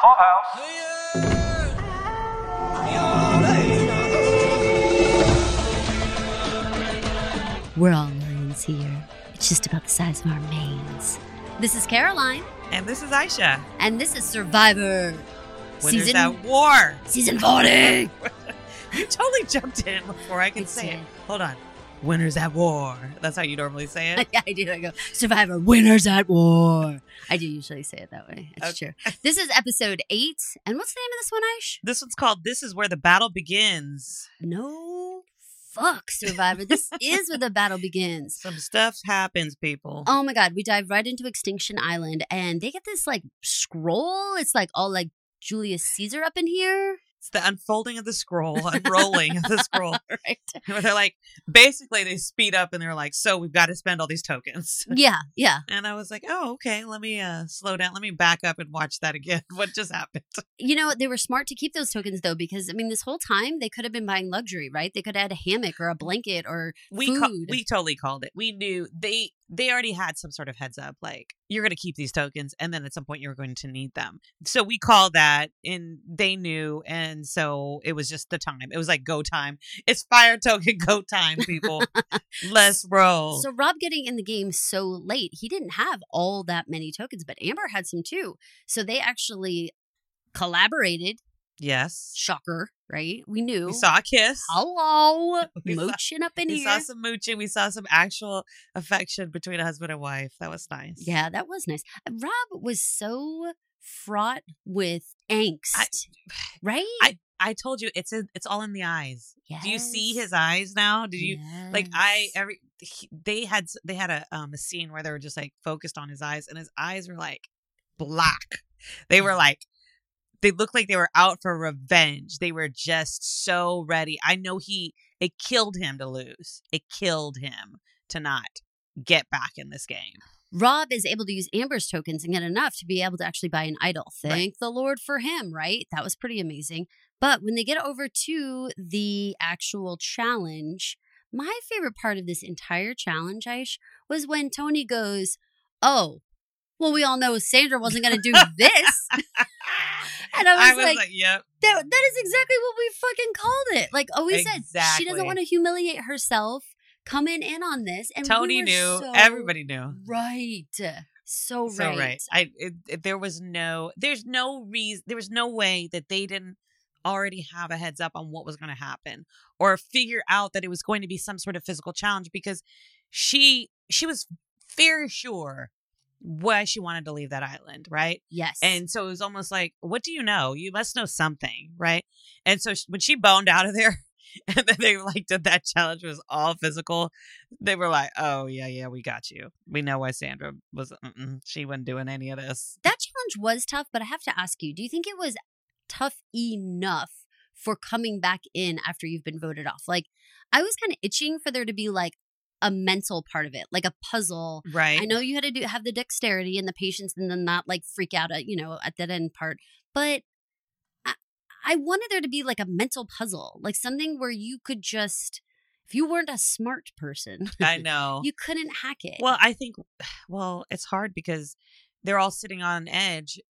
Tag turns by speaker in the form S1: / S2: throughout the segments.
S1: Clubhouse.
S2: We're all lions here. It's just about the size of our manes. This is Caroline,
S3: And this is Aisha.
S2: and this is Survivor
S3: When
S2: season
S3: there's that war.
S2: season forty.
S3: You totally jumped in before I can
S2: I
S3: say it.
S2: did.
S3: Hold on. Winners at war. That's how you normally say
S2: I,
S3: it.
S2: I do. I go Survivor winners at war. I do usually say it that way. It's true. This is episode eight, and what's the name of this one, Aish?
S3: This one's called This Is Where the Battle Begins.
S2: No fuck, Survivor. this is where the battle begins.
S3: Some stuff happens, people.
S2: Oh my god, we dive right into Extinction Island and they get this like scroll. It's like all like Julius Caesar up in here.
S3: It's the unfolding of the scroll, unrolling of the scroll.
S2: Right.
S3: Where they're like, basically, they speed up and they're like, so we've got to spend all these tokens.
S2: Yeah, yeah.
S3: And I was like, oh, okay, let me uh, slow down. Let me back up and watch that again. What just happened?
S2: You know, they were smart to keep those tokens though, because I mean this whole time they could have been buying luxury, right? They could have had a hammock or a
S3: Mm-hmm.
S2: blanket or
S3: we ca-
S2: food.
S3: we totally called it. We knew they they already had some sort of heads up, like you're going to keep these tokens, and then at some point you're going to need them. So we called that, and they knew, and so it was just the time. It was like go time. It's fire token go time, people. Let's roll.
S2: so Rob getting in the game so late, he didn't have all that many tokens, but Amber had some too. So they actually collaborated.
S3: yes,
S2: Shocker, right? We knew.
S3: we saw a kiss.
S2: Hello,
S3: We saw-
S2: motion up in
S3: we
S2: here.
S3: saw some mooching. We saw some actual affection between a husband and wife. That was nice.
S2: Yeah, that was nice. Rob was so fraught with angst, right?
S3: I told you it's in, it's all in the eyes. Do you see his eyes now? Do you like
S2: Mm.
S3: i
S2: Yes.
S3: every he, they had s- they had a um a scene where they were just like focused on his eyes and his eyes were like black they were like they looked like they were out for revenge they were just so ready i know he it killed him to lose it killed him to not get back in this game
S2: Rob is able to use Amber's tokens and get enough to be able to actually buy an idol.
S3: Right.
S2: Thank the Lord for him, right? That was pretty amazing. But when they get over to the actual challenge, my favorite part of this entire challenge, Aish, was when Tony goes, Oh, well, we all know Sandra wasn't going to do this. Ah! And I was like-
S3: yep
S2: That, that is exactly what we fucking called it. Like always said, she
S3: Exactly.
S2: doesn't want to humiliate herself coming in on this. And we
S3: tony
S2: were
S3: knew
S2: so
S3: everybody knew
S2: Right. So Oh, right.
S3: so right. I it, it- there was no there's no reason there was no way that they didn't already have a heads up on what was going to happen or figure out that it was going to be some sort of physical challenge because she she was very sure why she wanted to leave that island, right?
S2: Yes.
S3: And so it was almost like, what do you know? You must know something, right? And so sh- when she boned out of there and then they like did that challenge was all physical, they were like, oh, yeah, yeah, we got you. We know why Sandra was, mm-mm, she wasn't doing any of this.
S2: that challenge was tough, but I have to ask you, do you think it was tough enough for coming back in after you've been voted off? Like I was kind of itching for there to be like a mental part of it, like a puzzle
S3: Right.
S2: I know you had to do have the dexterity and the patience, and then not like freak out at you know at that end part. But I, I wanted there to be like a mental puzzle, like something where you could just, if you weren't a smart person,
S3: I know.
S2: you couldn't hack it.
S3: Well, I think, well, it's hard because they're all sitting on edge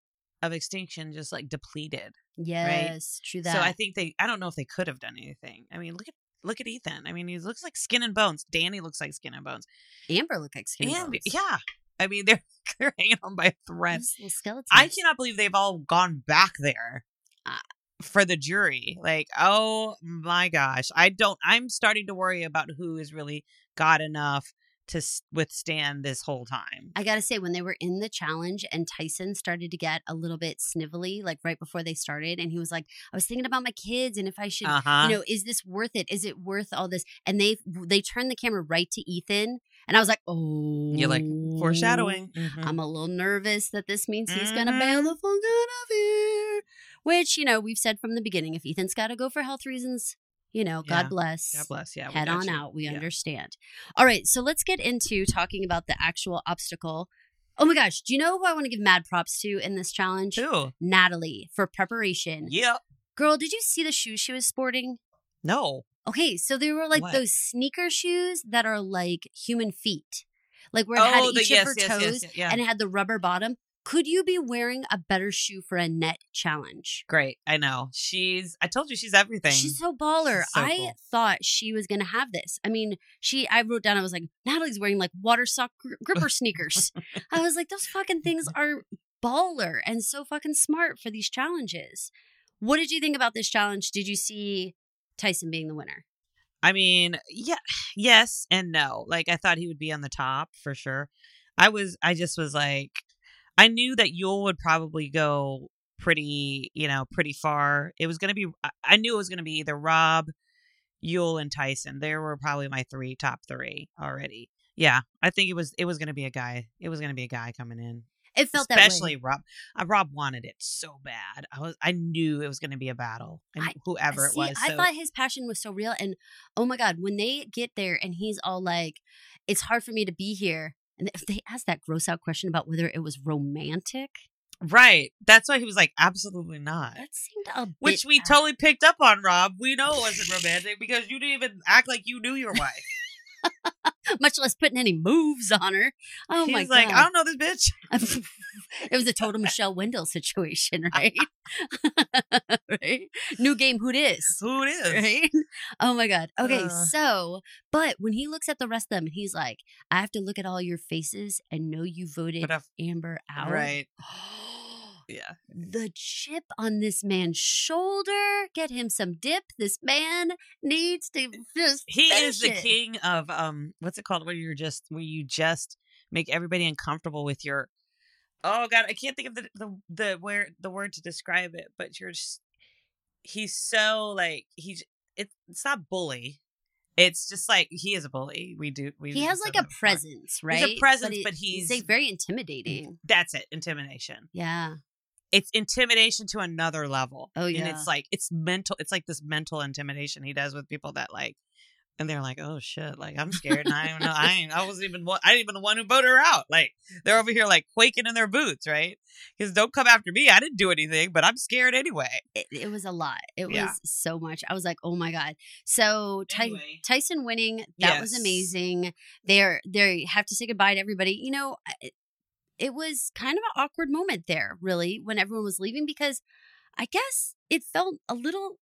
S3: of extinction, just like depleted.
S2: yes, true that.
S3: So I think they. I don't know if they could have done anything. I mean, look at look at Ethan. I mean, he looks like skin and bones. Danny looks like skin and bones.
S2: Amber looked like skin.
S3: and yeah, I mean they're they're hanging on by a thread.
S2: skeleton.
S3: I cannot believe they've all gone back there
S2: Ah.
S3: for the jury. Like, oh my gosh, I don't. I'm starting to worry about who has really got enough to s- withstand this whole time.
S2: I gotta say, when they were in the challenge and Tyson started to get a little bit snivelly, like right before they started, and he was like, "I was thinking about my kids and if I should
S3: Uh huh.
S2: you know is this worth it is it worth all this and they they turned the camera right to ethan and i was like oh
S3: You're like foreshadowing. Mm-hmm. Mhm.
S2: i'm a little nervous that this means he's gonna bail the fuck out of here which you know we've said from the beginning if ethan's gotta go for health reasons you know
S3: Yeah.
S2: god bless
S3: God bless. Yeah. we
S2: head
S3: got
S2: on
S3: you.
S2: out we
S3: Yeah.
S2: understand all right so let's get into talking about the actual obstacle oh my gosh do you know who i want to give mad props to in this challenge
S3: Who?
S2: natalie for preparation
S3: Yeah.
S2: girl did you see the shoes she was sporting
S3: No.
S2: Okay, so they were like
S3: What?
S2: those sneaker shoes that
S3: Oh,
S2: are like human feet, like where it had each of her toes
S3: yeah.
S2: and it had the rubber bottom. Could you be wearing a better shoe for a net challenge?
S3: Great. I know. She's, I told you, she's everything.
S2: She's so baller.
S3: She's so
S2: I
S3: cool.
S2: thought she was gonna have this. I mean, she. I wrote down. I was like, Natalie's wearing like water sock gri- gripper sneakers. I was like, those fucking things are baller and so fucking smart for these challenges. What did you think about this challenge? Did you see Tyson being the winner?
S3: I mean, yeah, yes and no. Like I thought he would be on the top for sure. I was I just was like I knew that Yule would probably go pretty, you know, pretty far. It was going to be I- I knew it was going to be either Rob, Yule and Tyson. There were probably my three top 3 already. Yeah, I think it was it was going to be a guy. It was going to be a guy coming in.
S2: It felt that way.
S3: Especially Rob. Uh, Rob wanted it so bad. I was I knew it was going to be a battle. I,
S2: I-
S3: whoever it
S2: See,
S3: was.
S2: I
S3: so-
S2: thought his passion was so real. And oh my God, when they get there and he's all like, it's hard for me to be here. And if they ask that gross out question about whether it was romantic,
S3: right. That's why he was like absolutely not.
S2: that seemed a bit
S3: Which we
S2: out.
S3: totally picked up on, Rob. We know it wasn't romantic because you didn't even act like you knew your wife.
S2: much less putting any moves on her. Oh
S3: he
S2: my
S3: was like, I
S2: God.
S3: don't know this bitch.
S2: it was a total Michelle Wendell situation, right? right? New game, who dis?
S3: Who it is?
S2: Right? Oh my God. Okay,
S3: Uh.
S2: so, but when he looks at the rest of them, he's like, I have to look at all your faces and know you voted
S3: But I've-
S2: Amber out.
S3: right. Yeah.
S2: the chip on this man's shoulder. Get him some dip. This man needs to just.
S3: He is the
S2: finish it.
S3: king of um what's it called? Where you're just where you just make everybody uncomfortable with your Oh god, I can't think of the the, the where the word to describe it, but you're just he's so like he's it's it's not bully. It's just like he is a bully. We do we
S2: He has
S3: said
S2: like
S3: that
S2: a
S3: before.
S2: presence, right?
S3: presence,
S2: it-
S3: but he's-
S2: he's
S3: Mm-hmm.
S2: like, very intimidating.
S3: That's it, intimidation.
S2: Yeah.
S3: it's intimidation to another level.
S2: Oh,
S3: And
S2: yeah.
S3: it's like it's mental it's like this mental intimidation he does with people that like and they're like, Oh shit, like I'm scared and I don't know I ain't I wasn't even one- I ain't even the one who voted her out. Like they're over here like quaking in their boots, right? Because don't come after me. I didn't do anything, but I'm scared anyway.
S2: It, it was a lot. It
S3: Yeah.
S2: was so much. I was like, oh my God. So Ty-
S3: Anyway.
S2: Tyson winning, that was
S3: Yes.
S2: amazing. They're, they have to say goodbye to everybody. You know, I- it was kind of an awkward moment there, really, when everyone was leaving because I guess it felt a little,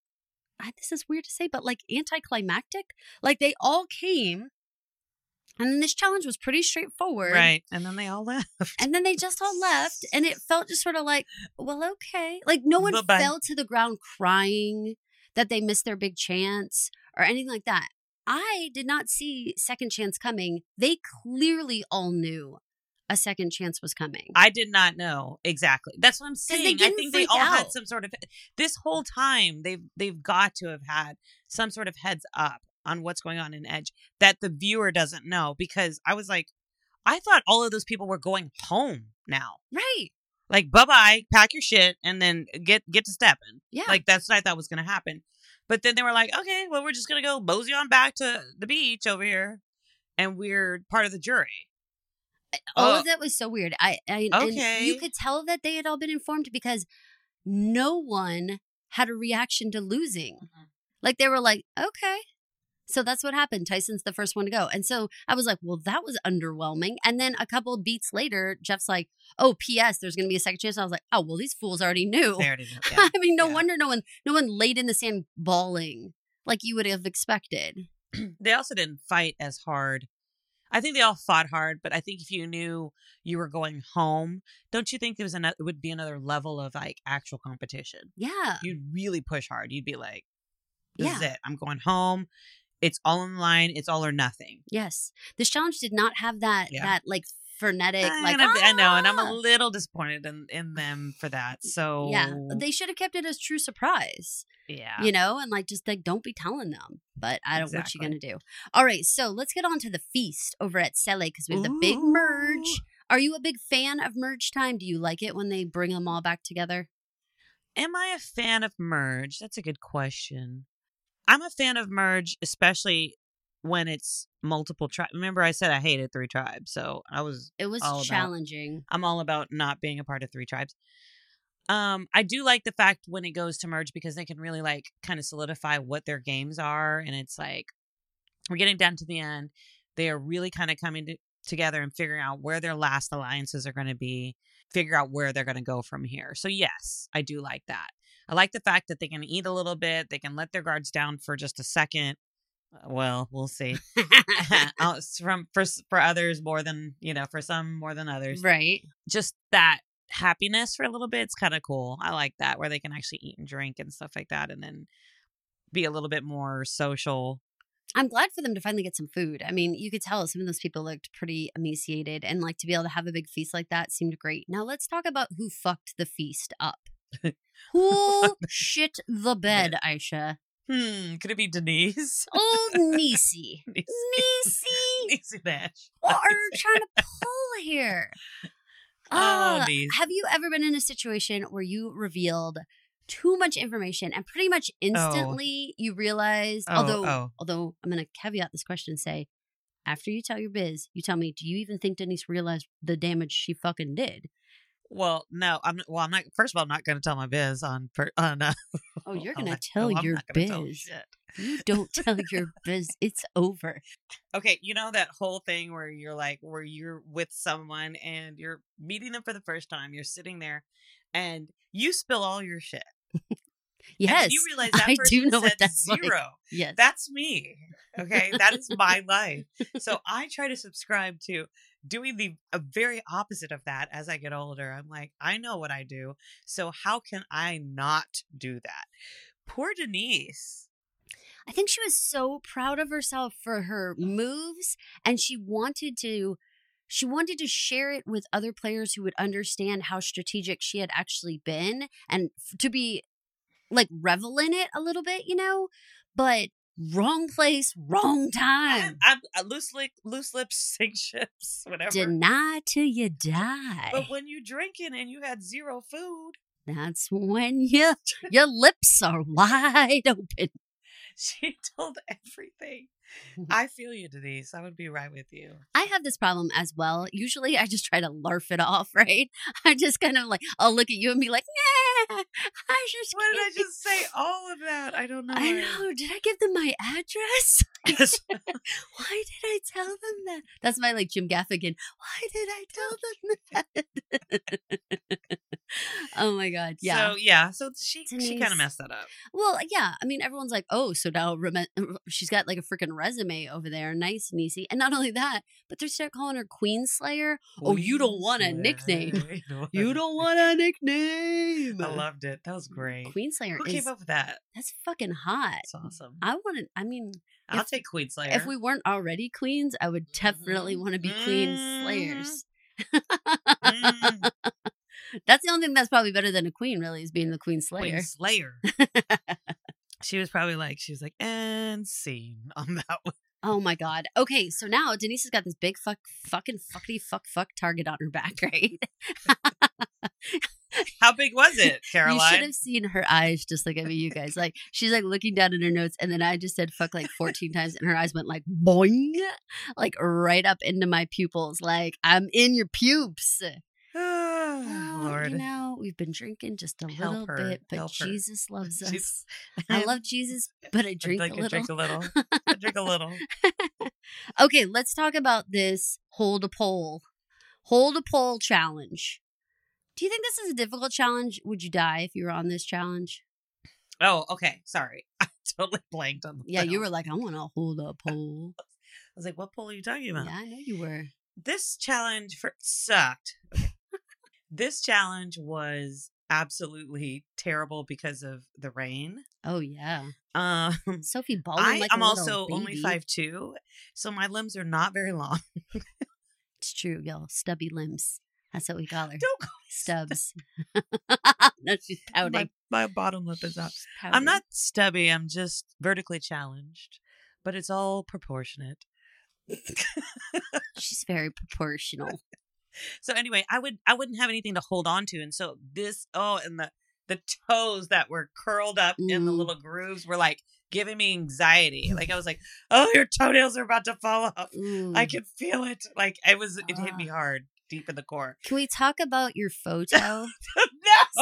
S2: I- this is weird to say, but like anticlimactic. Like they all came and then this challenge was pretty straightforward.
S3: Right. And then they all left.
S2: And then they just all left, and it felt just sort of like, well, okay. Like no one
S3: Bye-bye.
S2: fell to the ground crying that they missed their big chance or anything like that. I did not see second chance coming. They clearly all knew a second chance was coming.
S3: I did not know exactly. That's what I'm
S2: they
S3: saying. I
S2: didn't
S3: think they
S2: freak
S3: all had
S2: out.
S3: some sort of this whole time they've they've got to have had some sort of heads up on what's going on in Edge that the viewer doesn't know because I was like, I thought all of those people were going home now.
S2: right.
S3: Like bye bye, pack your shit, and then get get to stepping.
S2: Yeah.
S3: Like that's what I thought was gonna happen. But then they were like, okay, well we're just gonna go mosey on back to the beach over here, and we're part of the jury.
S2: all
S3: Oh.
S2: of that was so weird. I, I and you
S3: Okay.
S2: could tell that they had all been informed because no one had a reaction to losing.
S3: Mm-hmm.
S2: Like they were like, okay. So that's what happened. Tyson's the first one to go. And so I was like, well, that was underwhelming. And then a couple beats later, Jeff's like, oh, P.S., there's going to be a second chance. I was like, oh, well, these fools already knew.
S3: There it is. Yeah.
S2: I mean, no
S3: yeah.
S2: wonder no one, no one laid in the sand bawling like you would have expected.
S3: they also didn't fight as hard. I think they all fought hard, but I think if you knew you were going home, don't you think there was another? It would be another level of like actual competition.
S2: Yeah.
S3: You'd really push hard. You'd be like, "This is
S2: Yeah.
S3: it. I'm going home. It's all in line. It's all or nothing."
S2: Yes. This challenge did not have that,
S3: Yeah.
S2: that like frenetic, like,
S3: And I'm- I know, and I'm a
S2: "Ah!"
S3: little disappointed in, in them for that. So
S2: Yeah, they should have kept it as true surprise,
S3: yeah,
S2: you know, and like just like don't be telling them. But I don't what you
S3: Exactly.
S2: gonna do. All right, so let's get on to the feast over at Sele because we have the big
S3: Ooh.
S2: merge. Are you a big fan of merge time? Do you like it when they bring them all back together?
S3: Am I a fan of merge? That's a good question. I'm a fan of merge, especially when it's multiple tribes. Remember, I said I hated three tribes, so I was
S2: It was
S3: All about-
S2: challenging.
S3: I'm all about not being a part of three tribes. Um, I do like the fact when it goes to merge because they can really like kind of solidify what their games are, and it's like we're getting down to the end. They are really kind of coming to, together and figuring out where their last alliances are going to be, figure out where they're going to go from here. So, yes, I do like that. I like the fact that they can eat a little bit, they can let their guards down for just a second. Uh, Well, we'll see. Uh, it's from for s- for others more than, you know, for some more than others.
S2: right.
S3: Just that happiness for a little bit, it's kind of cool. I like that where they can actually eat and drink and stuff like that and then be a little bit more social.
S2: I'm glad for them to finally get some food. I mean, you could tell some of those people looked pretty emaciated, and like to be able to have a big feast like that seemed great. Now let's talk about who fucked the feast up. Who shit the bed, Aisha?
S3: Hmm, could it be Denise?
S2: Old Niecy. Niecy,
S3: Niecy Nash.
S2: what are you trying to pull here?
S3: Oh,
S2: Ah,
S3: Niece.
S2: have you ever been in a situation where you revealed too much information and pretty much instantly you realized,
S3: Oh,
S2: although
S3: oh.
S2: although I'm going to caveat this question and say, after you tell your biz, you tell me, do you even think Denise realized the damage she fucking did?
S3: Well, no, I'm well. I'm not. First of all, I'm not going to tell my biz on per, on. Uh,
S2: Oh, you're
S3: I'm
S2: going to
S3: not-
S2: tell
S3: no, I'm
S2: your
S3: not gonna
S2: biz.
S3: tell shit.
S2: you don't tell your biz. It's over.
S3: Okay, you know that whole thing where you're like, where you're with someone and you're meeting them for the first time. You're sitting there, and you spill all your shit. And then
S2: Yes.
S3: you realize that
S2: I
S3: person
S2: do know
S3: said
S2: what that's like.
S3: zero.
S2: yes.
S3: That's me. Okay, that is my life. So I try to subscribe to doing the a very opposite of that as I get older. I'm like, I know what I do. So how can I not do that? Poor Denise.
S2: I think she was so proud of herself for her moves and she wanted to she wanted to share it with other players who would understand how strategic she had actually been and f- to be like revel in it a little bit, you know? But wrong place, wrong time.
S3: I'm, i loose lip, loose lips sink ships, whatever.
S2: Deny till you die.
S3: But when you drinking and you had zero food,
S2: That's when you your lips are wide open.
S3: she told everything.
S2: Mhm.
S3: I feel you, Denise. I would be right with you.
S2: I have this problem as well. Usually I just try to larf it off, right? I just kind of like, I'll look at you and be like, nah, I just.
S3: What did I
S2: can't."
S3: just say? All of that. I don't know.
S2: I know. Did I give them my address?
S3: Yes.
S2: Why did I tell them that? That's my like Jim Gaffigan. Why did I tell them that? oh my God. Yeah.
S3: So yeah, so she she kind
S2: Denise.
S3: of messed that up.
S2: well, yeah. I mean, everyone's like, oh, so now rem- she's got like a freaking resume over there. Nice and easy. And not only that, but they start calling her Queen Slayer. Oh, you don't want a nickname.
S3: Queenslayer. don't
S2: You
S3: want a
S2: don't
S3: nickname.
S2: want a nickname.
S3: I loved it. That was great.
S2: Queenslayer
S3: Who
S2: is
S3: came up with that?
S2: that's fucking hot.
S3: That's awesome.
S2: I want to. I mean,
S3: I'll
S2: if-
S3: take Queenslayer.
S2: if we weren't already queens, I would definitely
S3: Mhm.
S2: want to be queen slayers.
S3: Mm,
S2: That's the only thing that's probably better than a queen, really, is being the queen slayer.
S3: Queenslayer. she was probably like she was like and scene on that one.
S2: Oh my god. Okay, so now Denise has got this big fuck, fucking fuckity fuck fuck target on her back, right?
S3: How big was it,
S2: You should
S3: Caroline?
S2: have seen her eyes just look at me, you guys. Like she's like looking down at her notes, and then I just said fuck like 14 times, and her eyes went like boing, like right up into my pupils. Like I'm in your pubes.
S3: oh,
S2: Well,
S3: Lord.
S2: You know, we've been drinking just a
S3: Help
S2: little
S3: her,
S2: bit, but
S3: help her.
S2: Jesus loves us.
S3: She's-
S2: I love Jesus, but I
S3: I'd
S2: drink
S3: like
S2: a
S3: to
S2: little.
S3: Drink a little. I drink a little.
S2: okay, let's talk about this hold a pole, hold a pole challenge. Do you think this is a difficult challenge? Would you die if you were on this challenge?
S3: Oh, okay. Sorry. I totally blanked on the
S2: Yeah, you
S3: pole.
S2: were like, I want to hold a pole.
S3: I was like, what pole are you talking
S2: Yeah,
S3: about?
S2: I know you were.
S3: This challenge for sucked. Okay. this challenge was absolutely terrible because of the rain.
S2: Oh yeah,
S3: Um
S2: Sophie Ballin.
S3: I,
S2: like a
S3: I'm
S2: little
S3: also only
S2: baby.
S3: five two, so my limbs are not very long.
S2: It's true, y'all. Stubby limbs. That's what we call her.
S3: Don't call
S2: Stubs. no, she's pouting.
S3: my, my bottom lip is up.
S2: She's
S3: I'm
S2: pouting.
S3: not stubby. I'm just vertically challenged, but it's all proportionate.
S2: She's very proportional.
S3: So anyway, I would I wouldn't have anything to hold on to, and so this oh, and the the toes that were curled up in the
S2: Mm.
S3: little grooves were like giving me anxiety. Like I was like, oh, your toenails are about to fall off. I
S2: Ooh.
S3: could feel it. Like I was, it hit me
S2: Mm. Ah.
S3: hard. deep in the core.
S2: Can we talk about your photo
S3: no,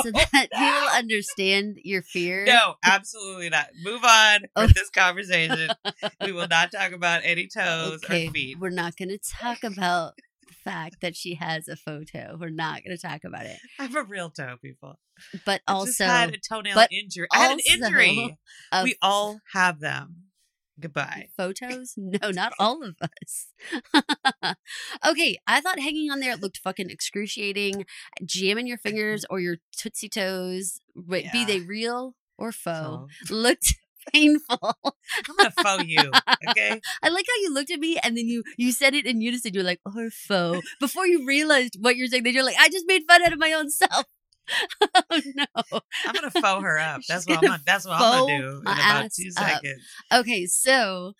S2: so that people understand your fear?
S3: no, absolutely not. Move on
S2: Oh.
S3: with this conversation. we will not talk about any toes
S2: Uh, Okay,
S3: or feet.
S2: we're not going to talk about the fact that she has a photo. We're not going to talk about it.
S3: I have a real toe, people.
S2: But
S3: I
S2: also,
S3: just had a toenail
S2: but
S3: injury. I had an
S2: also
S3: injury.
S2: a-
S3: We all have them. Goodbye.
S2: photos? No, not all of us. okay, I thought hanging on there looked fucking excruciating. Jamming your fingers or your tootsie toes, wait, be
S3: Yeah.
S2: they real or faux,
S3: So,
S2: looked painful.
S3: I'm gonna foe you. Okay.
S2: I like how you looked at me and then you you said it in unison. You're like or faux before you realized what you're saying. Then you're like, I just made fun out of my own self. oh no.
S3: I'm gonna foe her up.
S2: She's
S3: That's what I'm
S2: gonna
S3: gonna that's what I'm
S2: foe
S3: gonna do in
S2: my
S3: about
S2: ass
S3: two
S2: up.
S3: seconds.
S2: Okay, so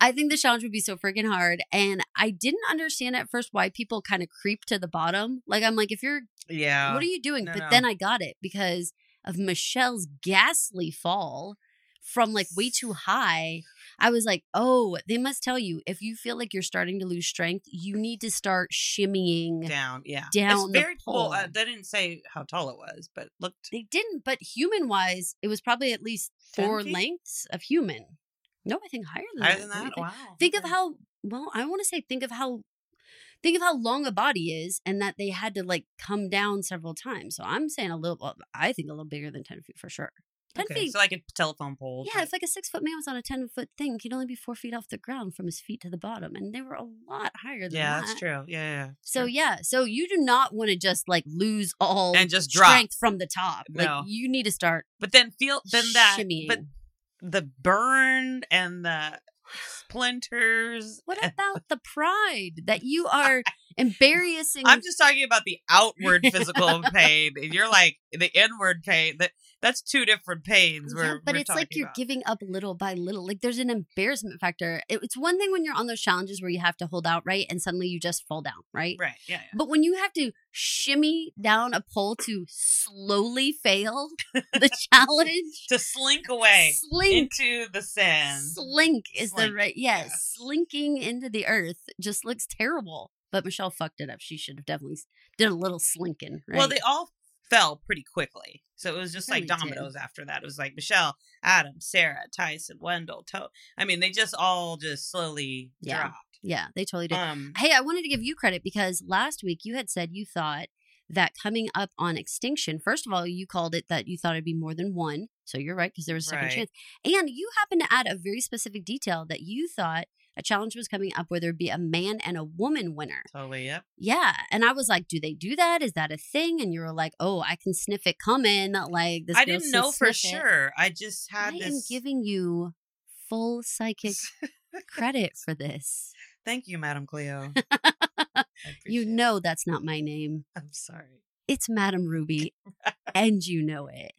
S2: I think the challenge would be so freaking hard. And I didn't understand at first why people kind of creep to the bottom. Like, I'm like, if you're,
S3: Yeah.
S2: what are you doing?
S3: no,
S2: but
S3: no.
S2: then I got it because of Michelle's ghastly fall from like way too high. I was like, oh, they must tell you if you feel like you're starting to lose strength, you need to start shimmying.
S3: down, yeah.
S2: down the
S3: it's very well, uh,
S2: pole.
S3: they didn't say how tall it was, but looked
S2: They didn't, but human wise, it was probably at least
S3: Ten
S2: four
S3: feet?
S2: lengths of human. No, I think higher than
S3: higher than
S2: that. What do you
S3: that.
S2: think?
S3: Wow.
S2: think of
S3: okay.
S2: how well i want to say think of how think of how long a body is and that they had to like come down several times so i'm saying a little well, i think a little bigger than 10 feet for sure 10
S3: Okay,
S2: feet
S3: So like a telephone pole.
S2: yeah
S3: type.
S2: if like a six foot man was on a 10 foot thing he'd only be four feet off the ground from his feet to the bottom and they were a lot higher than
S3: yeah,
S2: that
S3: that's true. Yeah, yeah. yeah.
S2: so
S3: Sure.
S2: yeah so you do not want to just like lose all
S3: and just drop.
S2: strength from the top
S3: No.
S2: like you need to start
S3: But then feel then that
S2: shimmying
S3: but the burn and the splinters.
S2: what
S3: and-
S2: about the pride that you are embarrassing
S3: I'm just talking about the outward physical pain, and you're like the inward pain. That that's two different pains.
S2: Yeah,
S3: We're,
S2: but
S3: we're
S2: it's like
S3: talking
S2: you're
S3: about.
S2: giving up little by little. Like there's an embarrassment factor. It- It's one thing when you're on those challenges where you have to hold out, right? And suddenly you just fall down, right?
S3: right. Yeah, yeah.
S2: But when you have to shimmy down a pole to slowly fail the challenge,
S3: to slink away
S2: slink,
S3: into the sand.
S2: slink is the
S3: Slink,
S2: right. Yes,
S3: yeah.
S2: slinking into the earth just looks terrible. But Michelle fucked it up. She should have definitely s- did a little slinking, right?
S3: Well, they all fell pretty quickly, so it was just like
S2: Really did.
S3: dominoes. After that, it was like Michelle, Adam, Sarah, Tyson, Wendell, To. I mean, they just all just slowly
S2: Yeah.
S3: dropped.
S2: yeah, they totally did.
S3: Um,
S2: Hey, I wanted to give you credit because last week you had said you thought that coming up on extinction, first of all, you called it that you thought it'd be more than one. So you're right because there was a second
S3: Right.
S2: chance. And you happened to add a very specific detail that you thought a challenge was coming up where there'd be a man and a woman winner.
S3: totally. Yep.
S2: Yeah. And I was like, do they do that? Is that a thing? And you were like, oh, I can sniff it coming. Like this
S3: I
S2: girl
S3: didn't
S2: says
S3: know for
S2: sniff it.
S3: sure. I just
S2: I
S3: had
S2: am
S3: this.
S2: giving you full psychic credit for this.
S3: Thank you, Madam Cleo. I
S2: You
S3: appreciate it.
S2: know that's not my name.
S3: I'm sorry.
S2: it's Madam Ruby, and you know it.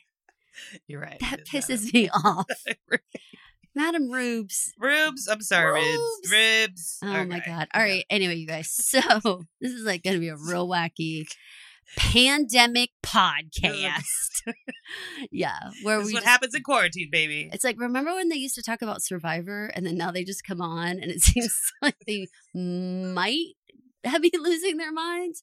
S3: You're right.
S2: That
S3: it is
S2: pisses me off.
S3: Madam.
S2: Madam Rubes.
S3: ribs. I'm sorry, ribs.
S2: Rubes.
S3: Ribs.
S2: Oh my
S3: Okay.
S2: God. All right. Anyway, you guys. So this is like going to be a real wacky pandemic podcast. yeah. Where
S3: This
S2: we.
S3: is what
S2: just-
S3: happens in quarantine, baby.
S2: it's like, remember when they used to talk about Survivor and then now they just come on and it seems like they might be losing their minds?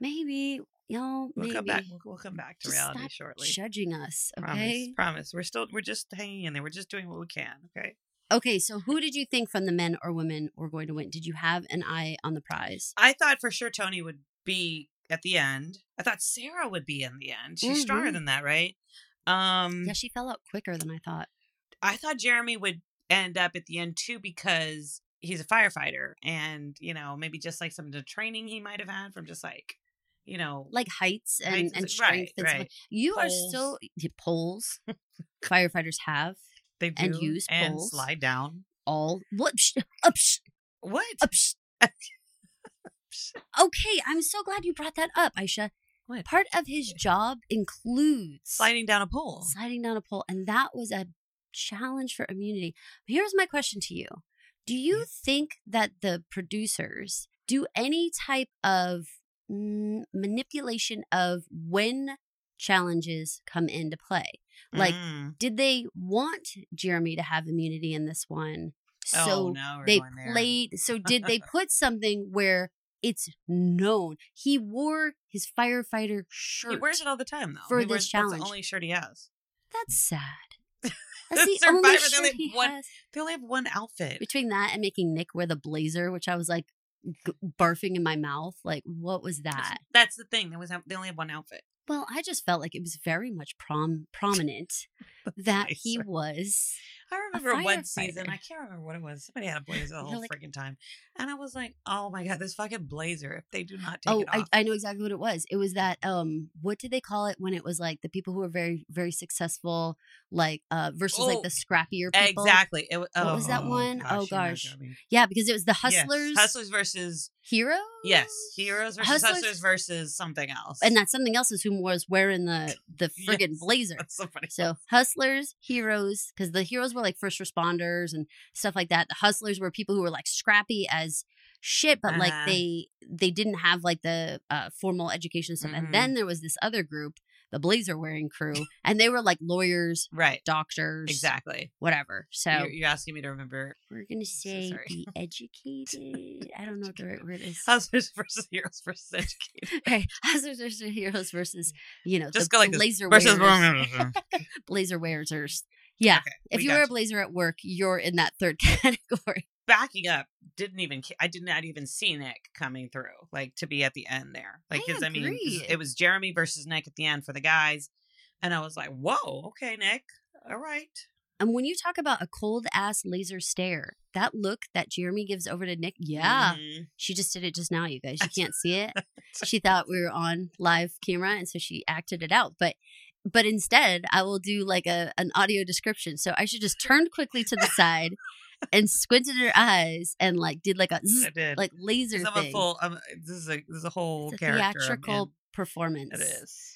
S2: Maybe. Y'all,
S3: We'll
S2: maybe.
S3: come back. We'll, we'll come back to
S2: Just
S3: reality
S2: stop
S3: shortly.
S2: Judging us.
S3: Promise.
S2: Okay.
S3: Promise. We're still. We're just hanging in there. We're just doing what we can. Okay.
S2: Okay, so who did you think from the men or women were going to win? Did you have an eye on the prize?
S3: I thought for sure Tony would be at the end. I thought Sarah would be in the end. She's stronger
S2: Mhm.
S3: than that, right? Um.
S2: Yeah, she fell out quicker than I thought.
S3: I thought Jeremy would end up at the end too because he's a firefighter and, you know, maybe just like some of the training he might have had from just like, you know,
S2: Like heights and,
S3: heights
S2: and
S3: s- right,
S2: strength and stuff.
S3: right.
S2: You
S3: Poles.
S2: are so yeah, poles. firefighters have
S3: They
S2: and
S3: do
S2: use
S3: and
S2: poles.
S3: slide down.
S2: all whoops ups
S3: What?
S2: ups. Okay, I'm so glad you brought that up, Aisha.
S3: What?
S2: Part of his job includes
S3: Sliding down a pole.
S2: sliding down a pole and that was a challenge for immunity here's my question to you do you
S3: Mm-hmm.
S2: think that the producers do any type of mm, manipulation of when challenges come into play like
S3: Mm.
S2: did they want jeremy to have immunity in this one so
S3: oh, no, we're
S2: they
S3: going there.
S2: played so did they put something where It's known. He wore his firefighter shirt.
S3: He wears it all the time though.
S2: for
S3: he
S2: this
S3: wears,
S2: challenge.
S3: That's the only shirt he has.
S2: That's sad. That's the
S3: Survivor,
S2: only
S3: they
S2: shirt
S3: only
S2: he
S3: have one-
S2: has.
S3: They only have one outfit.
S2: Between that and making Nick wear the blazer, which I was like g- barfing in my mouth, like what was that?
S3: That's the thing. They was they only have one outfit.
S2: Well, I just felt like it was very much prom prominent that he
S3: blazer.
S2: was.
S3: I remember one
S2: firefighter.
S3: season. I can't remember what it was. Somebody had a blazer the
S2: You're
S3: whole
S2: like-
S3: freaking time, and I was like, "Oh my god, this fucking blazer! If they do not take
S2: Oh,
S3: it
S2: I,
S3: off,
S2: I know exactly what it was. It was that um, what did they call it when it was like the people who were very very successful, like uh versus like
S3: Oh,
S2: the scrappier people.
S3: exactly. It, wa-
S2: What was that
S3: oh,
S2: one?
S3: Gosh,
S2: Oh,
S3: you know
S2: gosh.
S3: what I mean.
S2: Yeah, because it was the
S3: Yes,
S2: hustlers,
S3: hustlers versus
S2: heroes.
S3: yes, heroes versus
S2: Hustlers-
S3: hustlers, versus something else.
S2: and that something else is who was wearing the the friggin'
S3: Yes.
S2: blazer.
S3: that's so funny.
S2: So hustlers, heroes, because the heroes were like first responders and stuff like that. The hustlers were people who were like scrappy as shit, but like
S3: Uh-huh.
S2: they they didn't have like the uh, formal education and stuff.
S3: Mhm.
S2: And then there was this other group, the blazer wearing crew, and they were like lawyers,
S3: right,
S2: doctors,
S3: exactly.
S2: whatever. So
S3: you're, you're asking me to remember
S2: we're gonna
S3: so
S2: say
S3: sorry.
S2: be educated. I don't know what the right word is.
S3: hustlers versus heroes versus educated
S2: Right, hustlers versus heroes versus you know
S3: Just
S2: the
S3: go like this.
S2: blazer
S3: versus.
S2: wearers. blazer wearers. Yeah.
S3: Okay,
S2: if
S3: we
S2: you wear
S3: got
S2: a blazer at work, you're in that third category.
S3: backing up didn't even ca- I did not even see Nick coming through like to be at the end there like
S2: I
S3: because I, mean 'cause
S2: agree.
S3: it was Jeremy versus Nick at the end for the guys and I was like whoa okay Nick all right
S2: And when you talk about a cold ass laser stare, that look that Jeremy gives over to Nick, yeah,
S3: Mhm.
S2: she just did it just now, you guys. You can't see it. She thought we were on live camera, and so she acted it out. But but instead, I will do like a an audio description. So I should just turned quickly to the side and squinted her eyes and like did like a zzz,
S3: I did
S2: Uh, like laser
S3: 'Cause I'm a
S2: thing.
S3: full I'm, this is a this is a whole
S2: It's a
S3: character I'm
S2: theatrical
S3: in.
S2: performance.
S3: it is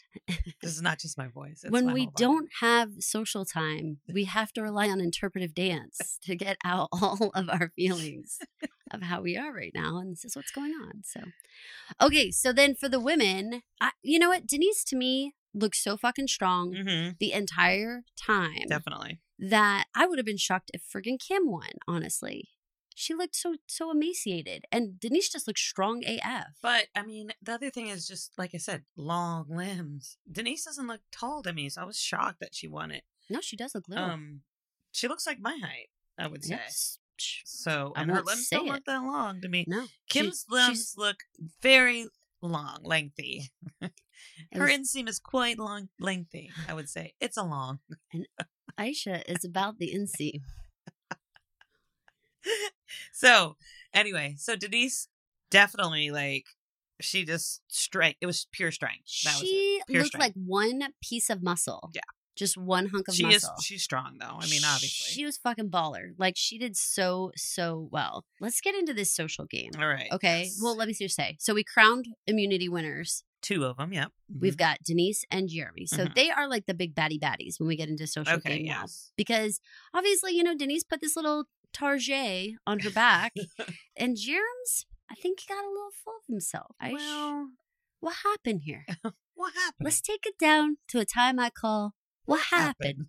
S3: this is not just my voice it's
S2: when
S3: my
S2: we
S3: whole body.
S2: don't have social time, we have to rely on interpretive dance to get out all of our feelings of how we are right now. And this is what's going on. So, okay. So then for the women, I, you know what? Denise to me looked so fucking strong
S3: Mhm,
S2: the entire time
S3: definitely
S2: that I would have been shocked if friggin' Kim won, honestly. She looked so, so emaciated. And Denise just looked strong AF.
S3: but I mean the other thing is just like I said long limbs Denise doesn't look tall to me so I was shocked that she won it
S2: No, she does look little.
S3: Um, she looks like my height, I would say.
S2: Oh. Yes.
S3: So,
S2: I
S3: and her
S2: won't
S3: limbs
S2: say
S3: don't
S2: it.
S3: look that long to me.
S2: No. she-
S3: Kim's
S2: she's-
S3: limbs look very long, lengthy.
S2: it
S3: Her
S2: was-
S3: inseam is quite long, lengthy. I would say it's a long.
S2: Aisha is about the inseam.
S3: So, anyway, so Denise definitely like she just strength. It was pure strength. That
S2: She
S3: Pure
S2: looked like
S3: strength.
S2: one piece of muscle.
S3: Yeah.
S2: Just one hunk of
S3: was it. She
S2: muscle.
S3: is she's strong though. I mean, obviously.
S2: She was fucking baller. Like she did so, so well. Let's get into this social game.
S3: All right.
S2: Okay.
S3: yes.
S2: Well, let me just say. So we crowned immunity winners.
S3: two of them. Yep.
S2: We've got Denise and Jeremy. So
S3: Mhm.
S2: they are like the big baddie baddies when we get into social
S3: Mm-hmm. okay.
S2: game now.
S3: Yes.
S2: Because obviously, you know, Denise put this little target on her back and Jerem's I think he got a little full of himself. I
S3: well,
S2: what happened here?
S3: what happened?
S2: Let's take it down to a time I call. What happened?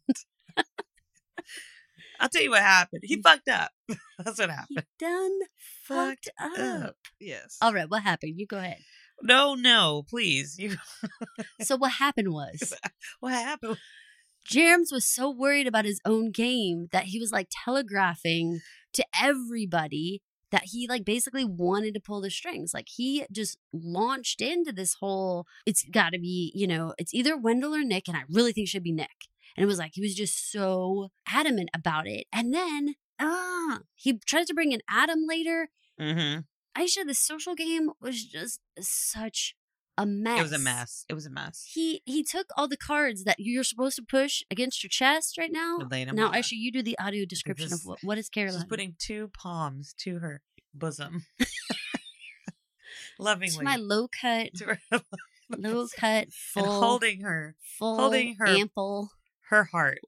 S3: I'll tell you what happened.
S2: Mm.
S3: He fucked up. That's what happened.
S2: Done fucked
S3: Fucked
S2: up.
S3: up. Yes.
S2: All right, what happened? You go ahead.
S3: No, no, please. You.
S2: So what happened was
S3: What happened?
S2: Jerms was so worried about his own game that he was like telegraphing to everybody that he like basically wanted to pull the strings. Like he just launched into this whole it's got to be, you know, it's either Wendell or Nick and I really think it should be Nick. And it was like he was just so adamant about it. And then ah, he tries to bring in Adam later
S3: Mm-hmm.
S2: Aisha, the social game was just such a mess.
S3: It was a mess. It was a mess.
S2: He he took all the cards that you're supposed to push against your chest right now.
S3: We laid him
S2: Now,
S3: on her.
S2: Aisha, you do the audio description
S3: this-
S2: of what, what is
S3: She's
S2: Caroline.
S3: putting two palms to her bosom, lovingly
S2: to my low cut,
S3: To her- and
S2: low cut, full,
S3: holding her
S2: full,
S3: holding her-
S2: ample.
S3: her heart.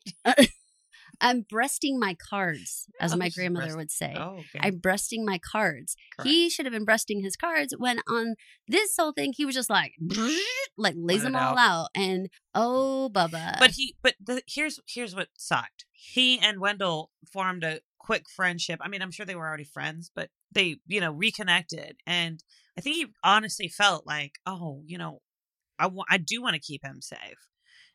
S2: I'm breasting my cards, as
S3: Oh,
S2: my
S3: she's
S2: grandmother
S3: breast-
S2: would say.
S3: Oh, okay.
S2: I'm breasting my cards.
S3: Correct.
S2: He should have been breasting his cards when on this whole thing he was just like, like lays
S3: Let
S2: them
S3: it
S2: all out, and oh, Bubba.
S3: but he but the, here's here's what sucked he and wendell formed a quick friendship i mean i'm sure they were already friends but they you know reconnected and I think he honestly felt like, oh, you know, I wa- I do want to keep him safe.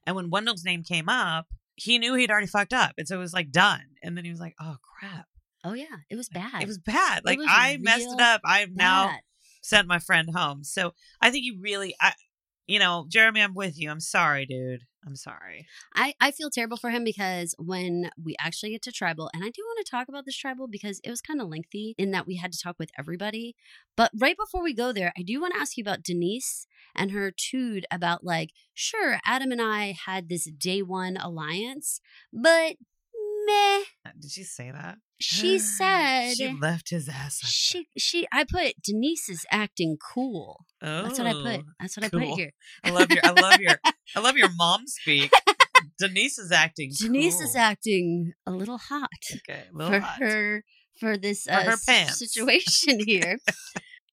S3: And when Wendell's name came up, he knew he'd already fucked up, and so it was like done. And then he was like, oh crap,
S2: Oh yeah, it was bad.
S3: it was bad. Like
S2: was
S3: I messed
S2: real
S3: it up. I'm now
S2: Bad.
S3: sent my friend home. So I think you really, I, you know, Jeremy, I'm with you. I'm sorry, dude. I'm sorry.
S2: I, I feel terrible for him because when we actually get to tribal, and I do want to talk about this tribal because it was kind of lengthy in that we had to talk with everybody. But right before we go there, I do want to ask you about Denise and her tude about like, sure, Adam and I had this day one alliance, but meh.
S3: Uh, Did she say that?
S2: She said
S3: she
S2: she,
S3: left his ass. up
S2: she I put Denise is acting cool.
S3: there.
S2: That's what I
S3: Oh,
S2: put. That's what I
S3: cool.
S2: put here.
S3: I love your. I love your. I love your mom speak. Denise is acting.
S2: Denise is
S3: cool.
S2: acting a little hot.
S3: Okay, a
S2: for
S3: little hot.
S2: her for this
S3: her
S2: uh, s-
S3: pants.
S2: situation here.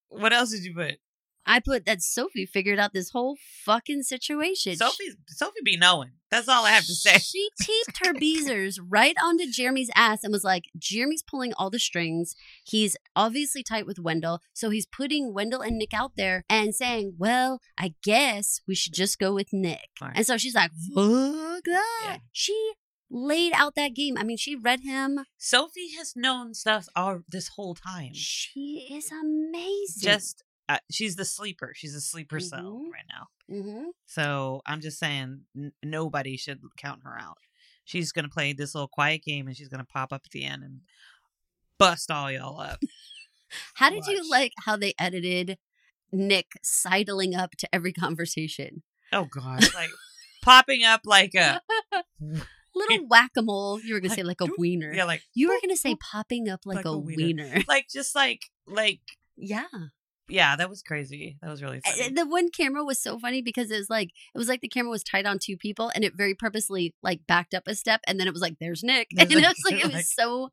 S3: What else did you put?
S2: I put that Sophie figured out this whole fucking situation.
S3: Sophie's Sophie be knowing. That's all I have to say.
S2: She taped her beezers right onto Jeremy's ass and was like, Jeremy's pulling all the strings. He's obviously tight with Wendell. So he's putting Wendell and Nick out there and saying, Well, I guess we should just go with Nick.
S3: Right.
S2: And so she's like, Fuck that.
S3: Yeah.
S2: She laid out that game. I mean, she read him.
S3: Sophie has known stuff all this whole time.
S2: She is amazing.
S3: Just uh, she's the sleeper. She's a sleeper cell
S2: Mhm.
S3: right now.
S2: Mhm.
S3: So I'm just saying, n- nobody should count her out. She's gonna play this little quiet game, and she's gonna pop up at the end and bust all y'all up.
S2: How did you
S3: Watch.
S2: like how they edited Nick sidling up to every conversation?
S3: Oh gosh, like popping up like a
S2: Little whack a mole. You were going to say like a
S3: Doop.
S2: wiener.
S3: yeah, like
S2: You were going to say popping up like, a, wiener.
S3: like just like like
S2: Yeah.
S3: yeah, that was crazy. That was really
S2: A-
S3: funny.
S2: The one camera was so funny because it was like, it was like the camera was tied on two people and it very purposely like backed up a step and then it was like, there's Nick.
S3: There's
S2: and it
S3: Nick.
S2: was like, it
S3: Like-
S2: was so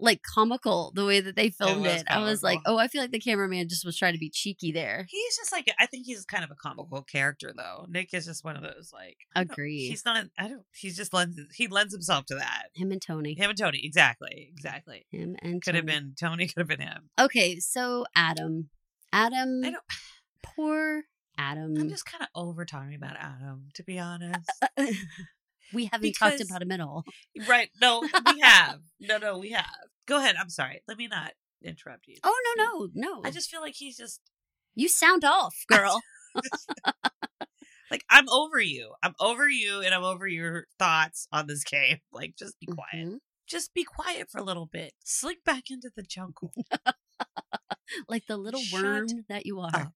S2: like comical the way that they filmed
S3: was
S2: it. I was like,
S3: comical.
S2: oh, I feel like the cameraman just was trying to be cheeky there.
S3: He's just like I think he's kind of a comical character though. Nick is just one of those like
S2: Agreed.
S3: he's not. I don't. He's just lends he lends himself to that.
S2: Him and Tony.
S3: Him and Tony, exactly, exactly.
S2: Him and
S3: Could have
S2: Tony.
S3: been Tony. Could have been him.
S2: Okay, so Adam. Adam
S3: I don't.
S2: poor Adam.
S3: I'm just kind of over talking about Adam, to be honest.
S2: we haven't talked
S3: because-
S2: about him at all.
S3: right? No, we have. No, no, we have. Go ahead. I'm sorry. Let me not interrupt you.
S2: Oh no, no, no.
S3: I just feel like he's just
S2: you sound off, girl.
S3: like I'm over you. I'm over you, and I'm over your thoughts on this game. Like, just be quiet.
S2: Mhm.
S3: Just be quiet for a little bit. Slink back into the jungle.
S2: Like the little
S3: Shut
S2: worm that you are.
S3: up.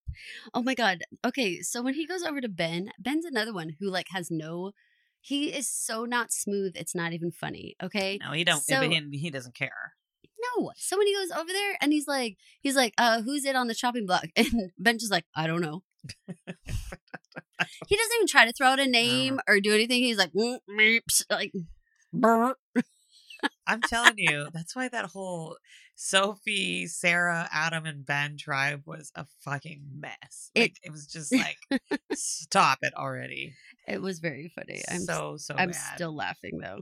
S2: Oh my god. Okay, so when he goes over to Ben, Ben's another one who like has no he is so not smooth, it's not even funny. Okay.
S3: No, he don't.
S2: So-
S3: but he, he doesn't care.
S2: No. So when he goes over there and he's like, he's like, uh, who's it on the chopping block? And Ben's just like, I don't know. he doesn't even try to throw out a name or do anything. He's like, "Mm, meeps," like, brr.
S3: I'm telling you, that's why that whole Sophie, Sarah, Adam, and Ben tribe was a fucking mess.
S2: It-
S3: Like it, was just like, stop it already.
S2: it was very funny. I'm
S3: so so
S2: I'm
S3: mad.
S2: still laughing though.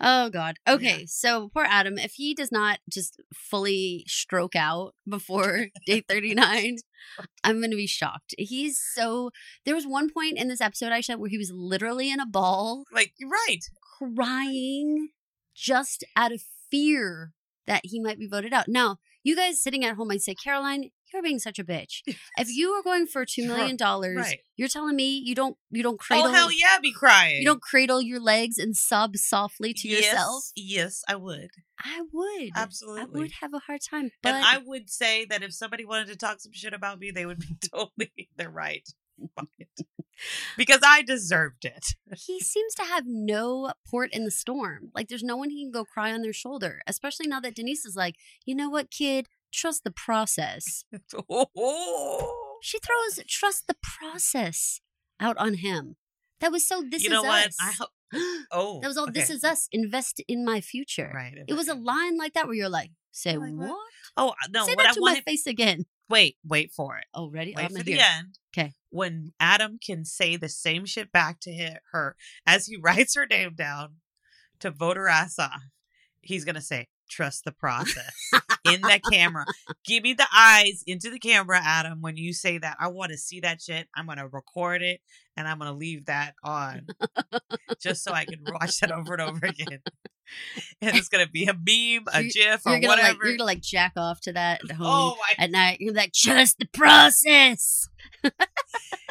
S2: Oh God. Okay, so poor Adam. If he does not just fully stroke out before day thirty nine, I'm gonna be shocked. He's so. There was one point in this episode I shot where he was literally in a ball
S3: like you're right.
S2: crying just out of fear that he might be voted out. Now, you guys sitting at home might say, Caroline, you're being such a bitch. If you are going for two
S3: You're
S2: million dollars,
S3: right.
S2: you're telling me you don't you don't
S3: Oh
S2: cradle
S3: hell yeah, be crying.
S2: you don't cradle your legs and sob softly to
S3: Yes,
S2: yourself.
S3: Yes, I would
S2: I would. I
S3: absolutely.
S2: would have a hard time. But
S3: and I would say that if somebody wanted to talk some shit about me, they would be totally they're right. Fuck it. because I deserved it.
S2: he seems to have no port in the storm. Like there's no one he can go cry on their shoulder, especially now that Denise is like, you know what, kid, trust the process. She throws trust the process out on him. That was so this
S3: you know
S2: is
S3: what?
S2: us.
S3: I hope. Oh,
S2: that was all this
S3: okay.
S2: is us. Invest in my future.
S3: Right.
S2: It was a line like that where you're like, say
S3: Like what?
S2: what?
S3: Oh no!
S2: say
S3: what
S2: that
S3: I
S2: to
S3: wanted.
S2: my face again.
S3: Wait, wait for it.
S2: Oh, ready?
S3: Wait
S2: I'm
S3: for
S2: here.
S3: the end.
S2: 'Kay.
S3: When Adam can say the same shit back to hi- her as he writes her name down to vote her ass off, he's gonna say, Trust the process in the camera. Give me the eyes into the camera, Adam, when you say that. I want to see that shit. I'm going to record it and I'm going to leave that on just so I can watch that over and over again. And it's going to be a meme, a
S2: You're-
S3: gif, or
S2: You're gonna like
S3: whatever.
S2: you're gonna like jack off to that at home
S3: oh, my
S2: at night. You're gonna be like, trust the process.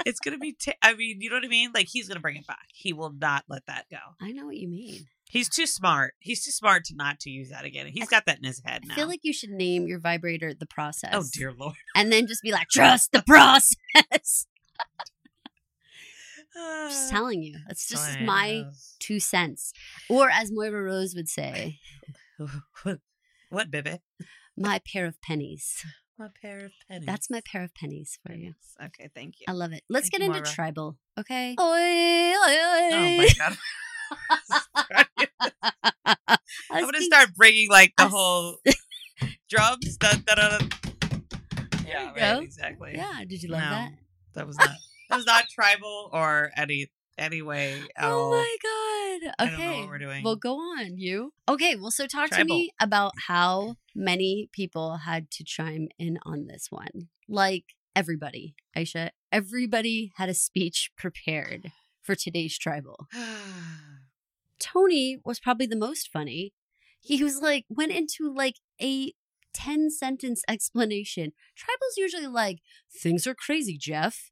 S3: it's gonna be. T- I mean, you know what I mean? Like he's gonna bring it back. He will not let that go.
S2: I know what you mean.
S3: He's too smart. He's too smart to not to use that again. He's got that in his head now.
S2: I feel like you should name your vibrator the process.
S3: oh dear lord.
S2: And then just be like, trust the process. I'm just
S3: Uh,
S2: telling you. It's just
S3: I
S2: my two cents. Or as Moira Rose would say,
S3: know. what, Bibbit?
S2: my pair of pennies.
S3: My pair of pennies.
S2: That's my pair of pennies for you.
S3: Pennies. Okay, thank you. Oh
S2: I love it. Let's
S3: Thank
S2: get
S3: you,
S2: into
S3: Moira.
S2: tribal, okay? Oi, oi,
S3: Oh
S2: oi.
S3: my god.
S2: I
S3: I'm
S2: was
S3: gonna
S2: thinking-
S3: start bringing like the
S2: us.
S3: whole drums. Dun, dun, dun, dun. Yeah,
S2: you
S3: right,
S2: go.
S3: exactly.
S2: Yeah, did you love
S3: No,
S2: that?
S3: That was not. That was not tribal or any anyway at
S2: oh
S3: all.
S2: my
S3: I
S2: god.
S3: don't know
S2: Okay.
S3: what we're doing.
S2: Well, go on, you. Okay, well, so talk
S3: Tribal.
S2: to me about how many people had to chime in on this one. Like everybody, Aisha, everybody had a speech prepared for today's tribal. Tony was probably the most funny. He was like went into like a 10 sentence explanation. Tribal's usually like, things are crazy, Jeff.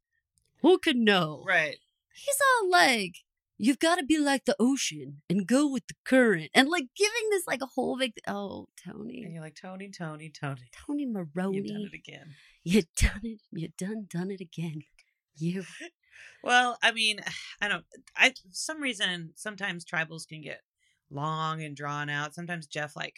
S2: Who could know?
S3: right.
S2: he's all like you've got to be like the ocean and go with the current and like giving this like a whole big oh
S3: And
S2: tony
S3: you're like Tony, Tony, Tony.
S2: tony
S3: You've done
S2: maroney
S3: it again.
S2: you done it you done done it again you
S3: Well, I mean, I don't. I for some reason sometimes tribals can get long and drawn out. Sometimes Jeff like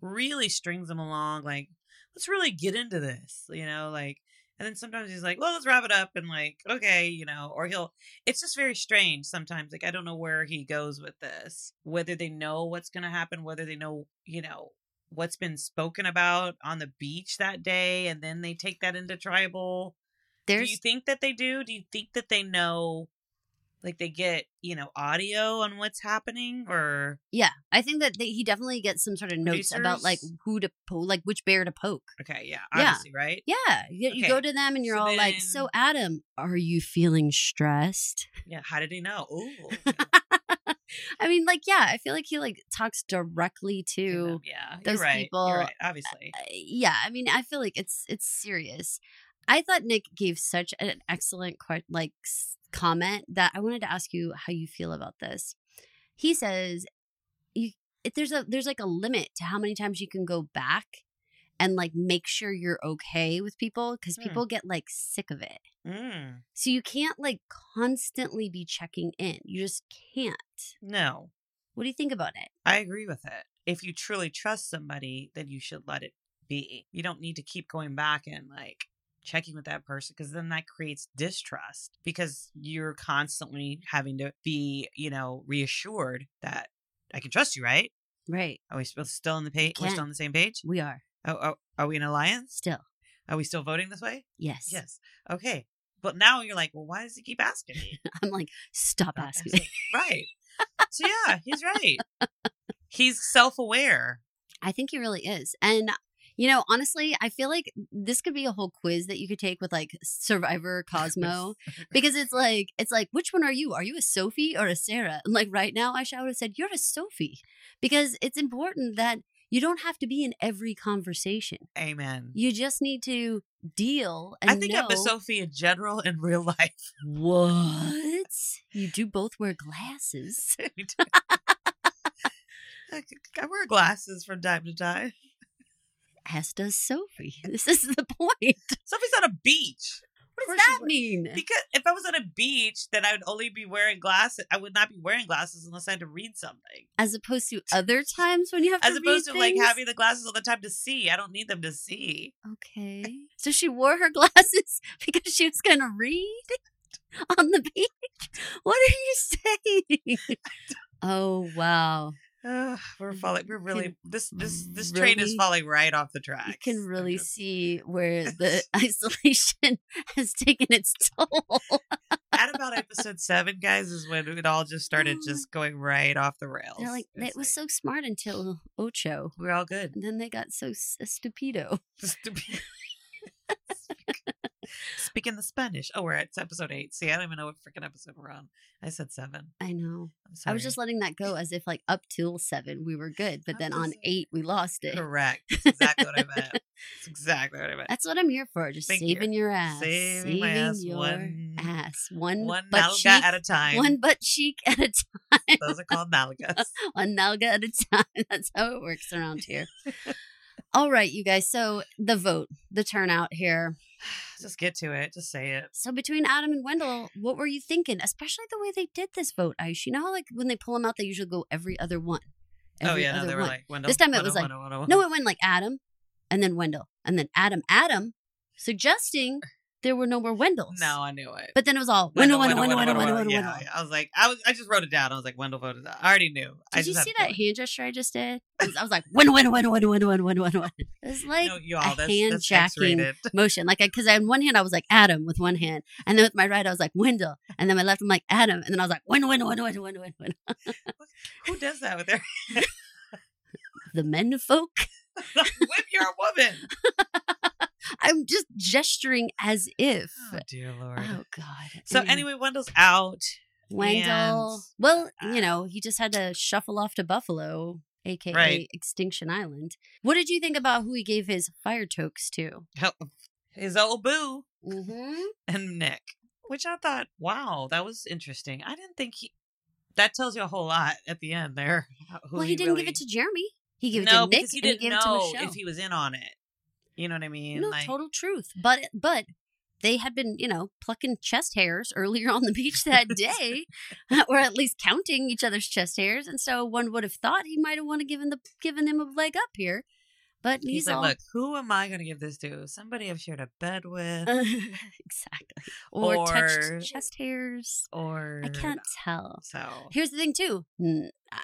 S3: really strings them along. Like, let's really get into this, you know. Like, and then sometimes he's like, well, let's wrap it up, and like, okay, you know. Or he'll. It's just very strange sometimes. Like, I don't know where he goes with this. Whether they know what's going to happen, whether they know, you know. What's been spoken about on the beach that day, and then they take that into tribal do you
S2: there's
S3: think that they do do you think that they know like they get you know audio on what's happening or
S2: yeah i think that they, he definitely gets some sort of notes about like
S3: Producers?
S2: who to po- like which bear to poke
S3: okay yeah
S2: Yeah.
S3: obviously right
S2: yeah you, you
S3: Okay,
S2: go to them and you're
S3: so
S2: all like
S3: then-
S2: so adam are you feeling stressed
S3: yeah how did he know Ooh,
S2: i mean like yeah i feel like he like talks directly to
S3: yeah
S2: those
S3: you're right
S2: people-
S3: you're right obviously
S2: uh, yeah, I mean, I feel like it's it's serious. I thought Nick gave such an excellent que- like s- comment that I wanted to ask you how you feel about this. He says you if there's a there's like a limit to how many times you can go back and like make sure you're okay with people cuz
S3: Hmm.
S2: people get like sick of it.
S3: mm,
S2: So you can't like constantly be checking in. You just can't.
S3: no
S2: What do you think about it?
S3: i agree with it if you truly trust somebody then you should let it be you don't need to keep going back and like checking with that person because then that creates distrust because you're constantly having to be you know reassured that i can trust you right
S2: Right.
S3: Are we sp- still on the page? We're
S2: can.
S3: still on the same page.
S2: We are
S3: Oh, oh, are we in alliance?
S2: still.
S3: Are we still voting this way?
S2: Yes.
S3: Yes. Okay. But now you're like, well, why does he keep asking me?
S2: I'm like stop
S3: Stop
S2: asking.
S3: asking. right. So yeah, he's right. He's self-aware.
S2: I think he really is. And you know, honestly, I feel like this could be a whole quiz that you could take with like Survivor Cosmo because it's like it's like which one are you? Are you a Sophie or a Sarah? And like right now, Aisha, I would have said you're a Sophie because it's important that you don't have to be in every conversation.
S3: Amen.
S2: You just need to deal and
S3: I think I'm
S2: know
S3: a Sophie in general in real life.
S2: what you do. Both wear glasses.
S3: I I wear glasses from time to time.
S2: As does Sophie. This is the point. What
S3: Sophie's on a beach.
S2: does
S3: course she's
S2: that Eh.
S3: wear-
S2: mean?
S3: Because if I was on a beach, then I would only be wearing glasses. I would not be wearing glasses unless I had to read something.
S2: as opposed to other times when you have
S3: As
S2: to
S3: opposed to
S2: read
S3: like
S2: things?
S3: having the glasses all the time to see. I don't need them to see.
S2: okay so she wore her glasses because she was gonna read on the beach what are you saying oh wow
S3: Ugh, we're falling. We're really
S2: can
S3: this this this train is
S2: really-
S3: falling right off the
S2: you
S3: track.
S2: can really see where the isolation has taken its toll
S3: At about episode seven, guys, is when it all just started
S2: Oh my-
S3: just going right off the rails.
S2: They're like,
S3: It's
S2: it was so smart until Ocho.
S3: like, we're all good.
S2: And then they got so s- uh, stupido.
S3: Speaking the Spanish. Oh, we're at it's episode eight. See, I don't even know what freaking episode we're on. I said seven.
S2: I know.
S3: I'm sorry.
S2: I was just letting that go as if like up till seven we were good, but
S3: Up
S2: then
S3: till
S2: on
S3: seven.
S2: eight we lost it.
S3: correct. That's exactly what I meant. That's exactly what I meant.
S2: That's what I'm here for. Just
S3: Thank you.
S2: saving your ass.
S3: Saving my ass one-
S2: ass. One,
S3: One
S2: butt
S3: nalga
S2: cheek.
S3: at a time.
S2: one butt cheek at a time.
S3: Those are called nalgas.
S2: One nalga at a time. That's how it works around here. All right, you guys. So the vote, the turnout here.
S3: just get to it. Just say it.
S2: So between Adam and Wendell, what were you thinking? Especially the way they did this vote, Aish. You know how like when they pull them out, they usually go every other one.
S3: oh
S2: Every
S3: yeah, no,
S2: other
S3: they were
S2: one.
S3: like Wendell.
S2: This time it
S3: Wendell,
S2: was like,
S3: Wendell, Wendell,
S2: No,
S3: Wendell.
S2: it went like Adam and then Wendell and then Adam, Adam, suggesting there were no more Wendells.
S3: No, I knew it.
S2: But then it was all Wendell, Wendell, Wendell, Wendell, Wendell, Wendell, Wendell.
S3: Yeah, I was like, I was, I just wrote it down. I was like, Wendell voted. out. I already knew. I
S2: Did you
S3: just had
S2: see
S3: a
S2: that
S3: feeling.
S2: hand gesture I just did? I was, I was like, Wendell, Wendell, Wendell, Wendell, Wendell, Wendell, Wendell, Wendell. It was like
S3: no, y'all, that's,
S2: hand
S3: that's
S2: jacking
S3: X-rated.
S2: motion. Like, because on one hand, I was like Adam with one hand. And then with my right, I was like Wendell. And then my left, I'm like Adam. And then I was like, Wendell, Wendell, Wendell, Wendell, Wendell, Wendell.
S3: Who does that with their?
S2: The men folk.
S3: When you're a woman.
S2: I'm just gesturing as if.
S3: Oh dear lord.
S2: Oh, God.
S3: so anyway, Wendell's out.
S2: Wendell.
S3: And- uh
S2: well, you know, he just had to shuffle off to Buffalo, aka
S3: Right.
S2: Extinction Island. What did you think about who he gave his fire tokes to?
S3: Help. His old boo
S2: Mm-hmm.
S3: and Nick, which I thought, wow, that was interesting. I didn't think he. That tells you a whole lot at the end there. who
S2: Well, he, didn't give
S3: really-
S2: it to Jeremy. He gave it
S3: no,
S2: to Nick
S3: because he
S2: and he
S3: didn't
S2: gave it to
S3: know
S2: Michelle.
S3: if he was in on it. You know what I mean?
S2: no,
S3: Like,
S2: total truth. But but they had been, you know, plucking chest hairs earlier on the beach that day, or at least counting each other's chest hairs. And so one would have thought he might have wanted to given the given him a leg up here. But he's,
S3: He's, like,
S2: all,
S3: look, who am I going to give this to? Somebody I've shared a bed with,
S2: Uh, exactly. Or,
S3: Or-
S2: touched chest hairs.
S3: or
S2: I can't tell.
S3: So
S2: Here's the thing, too. Mm, I-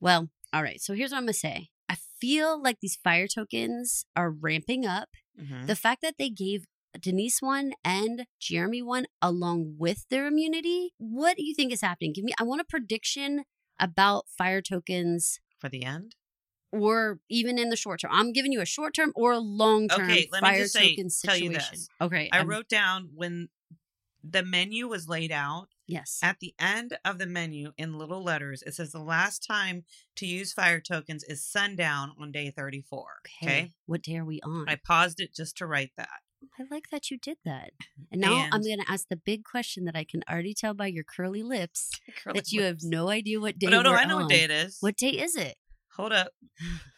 S2: Well, all right. So here's what I'm going to say. I feel like these fire tokens are ramping up.
S3: Mhm.
S2: The fact that they gave Denise one and Jeremy one along with their immunity, what do you think is happening? Give me, I want a prediction about fire tokens
S3: for the end.
S2: or even in the short term. I'm giving you a short term or a long term
S3: Okay, let me
S2: fire
S3: just say-
S2: token
S3: tell you
S2: situation.
S3: this.
S2: Okay.
S3: I
S2: I'm-
S3: wrote down when the menu was laid out
S2: Yes.
S3: at the end of the menu in little letters. It says the last time to use fire tokens is sundown on day 34. Okay.
S2: Okay. What day are we on?
S3: I
S2: I,
S3: paused it just to write that.
S2: like that you did that. And now I'm
S3: And-
S2: going to ask the big question that I can already tell by your curly lips that you have no idea what day.
S3: But Oh, no, no,
S2: we're
S3: I know
S2: on.
S3: what day it is.
S2: What day is it?
S3: Hold up.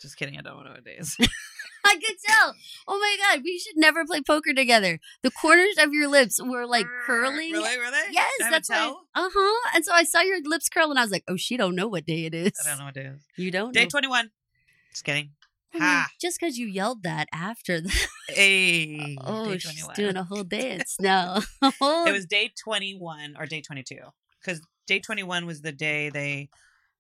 S3: Just kidding. I don't know what it is.
S2: I could tell. Oh my god, we should never play poker together. The corners of your lips were like curling.
S3: Really, really?
S2: Yes,
S3: Did I have a
S2: that's why.
S3: tell?
S2: Uh huh. And so I saw your lips curl, and I was like, "Oh, she don't know what day it is.
S3: I don't know what it is.
S2: You don't
S3: Day
S2: know. Uh,
S3: 21. Just kidding.
S2: I mean,
S3: ha.
S2: Just because you yelled that after, the-
S3: Hey.
S2: oh,
S3: day
S2: she's
S3: 21.
S2: doing a whole dance now.
S3: It was day 21 or day 22 because day 21 was the day they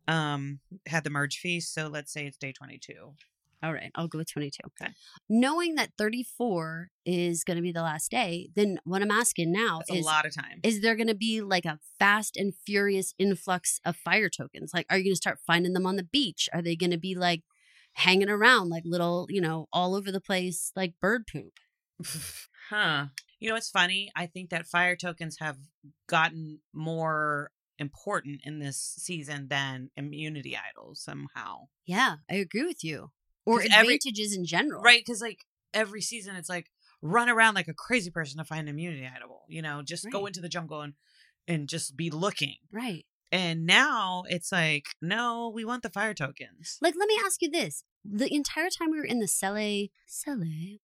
S3: um had the merge feast. So let's say it's day 22.
S2: All right, I'll go with 22.
S3: Okay.
S2: Knowing that 34 is going to be the last day, then what I'm asking now
S3: That's a
S2: is
S3: lot of time.
S2: is there going to be like a fast and furious influx of fire tokens? Like are you going to start finding them on the beach? Are they going to be like hanging around like little, you know, all over the place like bird poop?
S3: huh. You know, it's funny. I think that fire tokens have gotten more important in this season than immunity idols somehow.
S2: Yeah, I agree with you. Or
S3: 'Cause every-
S2: advantages in general.
S3: Right, because like every season, it's like run around like a crazy person to find an immunity idol. You know, just go
S2: Right.
S3: into the jungle and and just be looking.
S2: Right.
S3: And now it's like, no, we want the fire tokens.
S2: Like let me ask you this. The entire time we were in the Sele Sele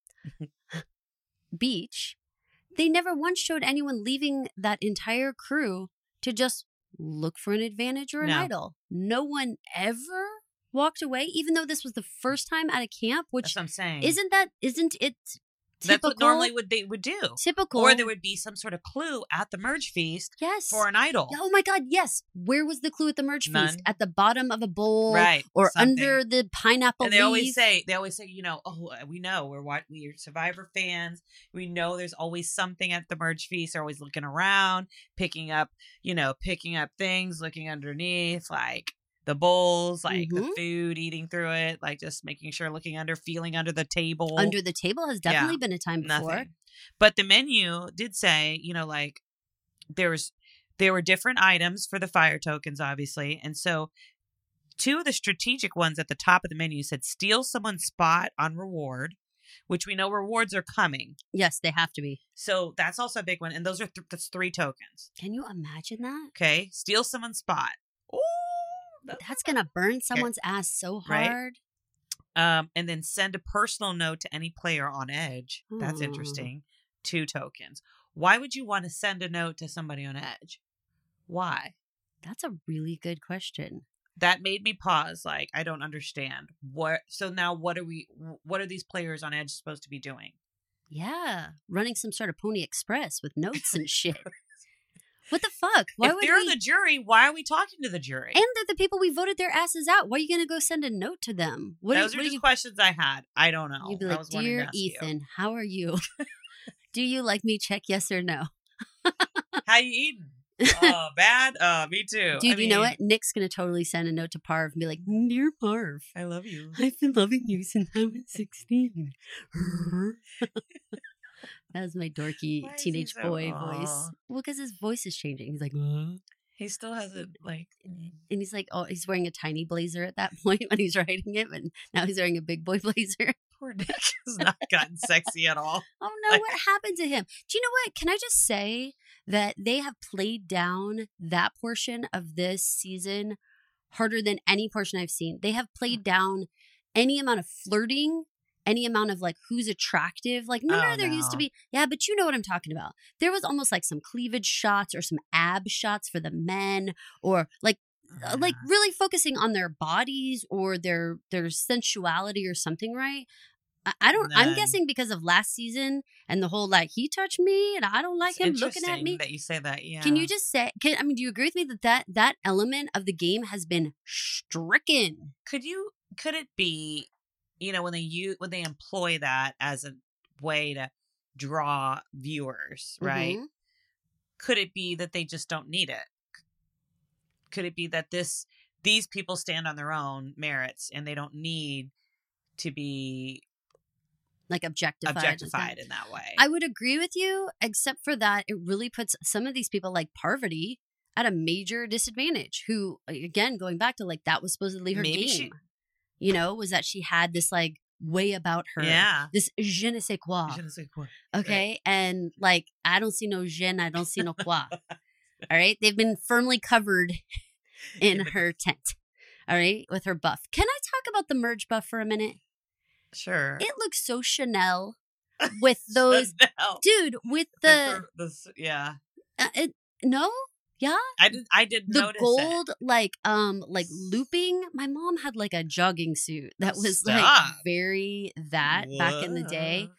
S3: Mm-hmm.
S2: beach, they never once showed anyone leaving that entire crew to just look for an advantage or an
S3: No.
S2: idol. No one ever walked away, even though this was the first time at a camp,
S3: That's
S2: which
S3: what I'm saying.
S2: isn't that isn't it
S3: That's what
S2: Typical-
S3: normally would they would do.
S2: Typical.
S3: Or there would be some sort of clue at the merge feast
S2: yes.
S3: for an idol.
S2: Oh my God, yes. Where was the clue at the merge
S3: None.
S2: feast? At the bottom of a bowl
S3: Right.
S2: or
S3: something.
S2: under the pineapple
S3: And they always
S2: leaf?
S3: say, they always say, you know, oh, we know we're what we're Survivor fans. We know there's always something at the merge feast. They're always looking around, picking up, you know, picking up things, looking underneath, like the bowls, like the
S2: Mhm.
S3: food, eating through it, like just making sure, looking under, feeling under the table,
S2: under the table has
S3: Yeah.
S2: definitely been a time before.
S3: nothing. But the menu did say, you know, like there was there were different items for the fire tokens, obviously, and so two of the strategic ones at the top of the menu said steal someone's spot on reward, which we know rewards are coming.
S2: Yes, they have to be.
S3: So that's also a big one, and those are th- that's three tokens.
S2: Can you imagine that?
S3: Okay, steal someone's spot. Ooh, that's-
S2: That's gonna burn someone's ass so
S3: Eh, Right?
S2: hard.
S3: um, and then send a personal note to any player on Edge. That's
S2: Hmm.
S3: interesting. Two tokens. Why would you want to send a note to somebody on Edge? Why?
S2: That's a really good question.
S3: That made me pause. Like I don't understand what. So now what are we? What are these players on Edge supposed to be doing?
S2: Yeah, running some sort of Pony Express with notes and shit. What the fuck? Why
S3: if
S2: would
S3: they're on
S2: we?
S3: the jury, why are we talking to the jury?
S2: and they're the people we voted their asses out. Why are you gonna go send a note to them? What
S3: Those are
S2: are, what are
S3: just
S2: you?
S3: questions I had. I don't know.
S2: You'd be
S3: I
S2: like,
S3: was wanting to
S2: dear
S3: ask you.
S2: Ethan, how are you? Do you like me? Check yes or no.
S3: how you eating? oh, bad. Oh, me too.
S2: Dude,
S3: I
S2: you know
S3: mean,
S2: what? Nick's gonna totally send a note to Parv and be like, "Dear Parv,
S3: I love you.
S2: I've been loving you since I was 16. that was my dorky
S3: Why is he
S2: teenage
S3: so-
S2: boy voice.
S3: Aw.
S2: Well, because his voice is changing. He's like,
S3: He still hasn't like.
S2: and he's like, oh, he's wearing a tiny blazer at that point when he's writing it, but now he's wearing a big boy blazer.
S3: Poor Nick has not gotten sexy at all.
S2: Oh no,
S3: Like-
S2: what happened to him? Do you know what? Can I just say that they have played down that portion of this season harder than any portion I've seen? They have played down any amount of flirting, any amount of like who's attractive. Like, remember
S3: Oh,
S2: there used to
S3: no.
S2: be, yeah, but you know what I'm talking about. There was almost like some cleavage shots or some ab shots for the men, or like uh, like really focusing on their bodies or their their sensuality or something right I- I don't. I'm
S3: None.
S2: guessing because of last season and the whole like he touched me and I don't like
S3: It's
S2: him looking at
S3: interesting
S2: me.
S3: That you say that, yeah.
S2: Can you just say? Can, I mean, do you agree with me that, that that element of the game has been stricken?
S3: could you could it be, you know, when they use when they employ that as a way to draw viewers, right?
S2: Mhm.
S3: Could it be that they just don't need it? Could it be that this these people stand on their own merits and they don't need to be
S2: Like objectified. like that.
S3: objectified in that way?
S2: I would agree with you, except for that it really puts some of these people like Parvati at a major disadvantage. Who, again, going back to like that was supposedly her
S3: Maybe
S2: game.
S3: she-
S2: you know, was that she had this like way about her.
S3: yeah.
S2: This je ne sais quoi.
S3: Je ne sais quoi.
S2: Okay. And like, I don't see no je, I don't see no quoi. All right. They've been firmly covered in
S3: Yeah, but-
S2: her tent. All right. With her buff. Can I talk about the merge buff for a minute?
S3: Sure.
S2: It looks so Chanel with those.
S3: No.
S2: Dude, with the.
S3: the, s- yeah.
S2: Uh, it, no? Yeah?
S3: I did. I did
S2: The
S3: notice
S2: gold, like, um, like looping. My mom had like a jogging suit that was like
S3: Oh, Stop.
S2: very
S3: it.
S2: that back in the day.
S3: Whoa.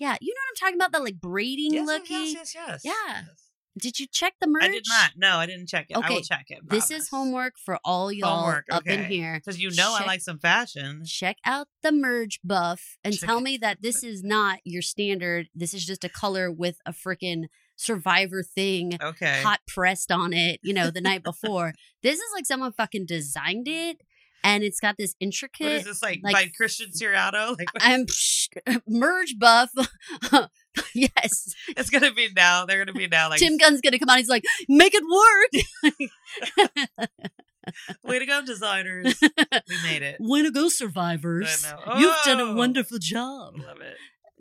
S2: Yeah, you know what I'm talking about? That like braiding
S3: Yes, yes,
S2: looky.
S3: yes, yes, yes.
S2: Yeah.
S3: Yes.
S2: Did you check the merge?
S3: I did not. No, I didn't check it. I
S2: Okay,
S3: will check it.
S2: This is homework for all y'all
S3: Homework,
S2: up in
S3: okay.
S2: here.
S3: because you know I
S2: Check-
S3: like some fashion.
S2: Check out the merge buff and
S3: Check
S2: tell
S3: it.
S2: me that this is not your standard. This is just a color with a freaking survivor thing
S3: Okay.
S2: hot pressed on it, you know, the night before. This is like someone fucking designed it and it's got this
S3: What is
S2: intricate
S3: this like,
S2: like-
S3: by Christian Siriano? Like
S2: I'm merge buff. yes.
S3: it's gonna be now. They're gonna be now. Like
S2: Tim Gunn's gonna come out. He's like, make it work.
S3: way to go, designers. we made it.
S2: Way to go, survivors.
S3: I know.
S2: You've done a
S3: Oh.
S2: wonderful job.
S3: Love it.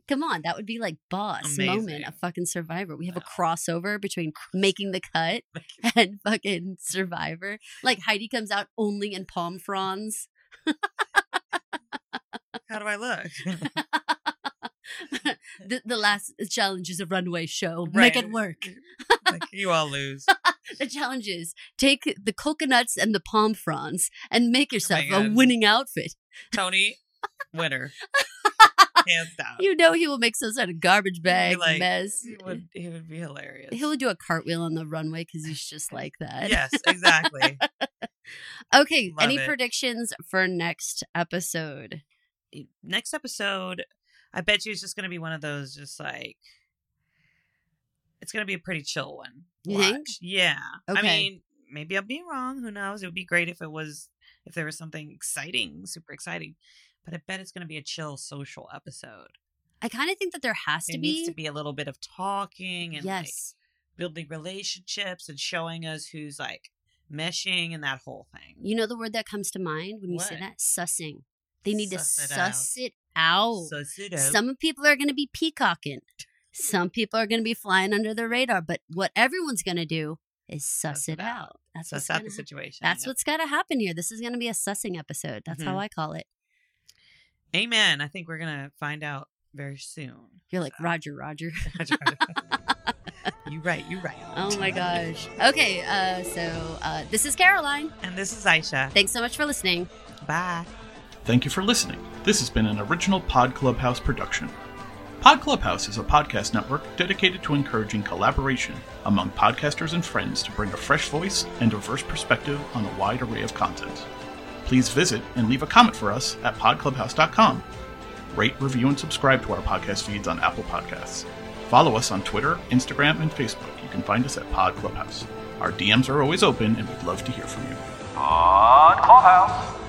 S2: Come on, that would be like boss moment
S3: Amazing.
S2: of fucking Survivor. We have
S3: Wow.
S2: a crossover between making the cut and fucking Survivor. Like Heidi comes out only in palm fronds.
S3: How do I look?
S2: The, the last challenge is a runway show. Make
S3: Right.
S2: it work.
S3: like you all lose.
S2: The challenge is take the coconuts and the palm fronds and make yourself a
S3: Oh God.
S2: winning outfit.
S3: Tony, winner. hands down.
S2: You know he will make some sort of garbage bag
S3: like, "Mm."
S2: mess.
S3: He would, he would be hilarious.
S2: He'll do a cartwheel on the runway because he's just like that.
S3: yes, exactly.
S2: Okay.
S3: Love
S2: any
S3: it.
S2: episode?
S3: e, Next episode, I bet you it's just going to be one of those, just like it's going to be a pretty chill one.
S2: You think?
S3: Watch. Yeah.
S2: Okay.
S3: I mean, maybe I'll be wrong. Who knows? It would be great if it was if there was something exciting, super exciting. But I bet it's going to be a chill social episode.
S2: I kind of think that there has
S3: There
S2: to be.
S3: needs to be a little bit of talking and like,
S2: yes.
S3: building relationships and showing us who's like meshing and that whole thing.
S2: you know the word that comes to mind when you say
S3: What?
S2: that? Sussing. They need
S3: Suss it
S2: to
S3: out.
S2: suss it out.
S3: So pseudo.
S2: Some people are going to be peacocking. Some people are going to be flying under the radar. But what everyone's going to do is suss, it out. That's
S3: so
S2: what's
S3: it's not
S2: going
S3: the
S2: to
S3: situation.
S2: That's
S3: yeah.
S2: what's got to happen here. This is going to be a sussing episode. That's how
S3: Mhm.
S2: I call it.
S3: Amen. I think we're gonna find out very soon.
S2: You're like Roger, Roger.
S3: you right. You right.
S2: Oh my gosh. Okay, uh, so uh, this is Caroline.
S3: And this is Aisha.
S2: Thanks so much for listening.
S3: Bye.
S1: Thank you for listening. This has been an original Pod Clubhouse production. Pod Clubhouse is a podcast network dedicated to encouraging collaboration among podcasters and friends to bring a fresh voice and diverse perspective on a wide array of content. Please visit and leave a comment for us at podclubhouse.com. Rate, review, and subscribe to our podcast feeds on Apple Podcasts. Follow us on Twitter, Instagram, and Facebook. You can find us at Pod Clubhouse. Our DMs are always open, and we'd love to hear from you.
S4: Pod Clubhouse.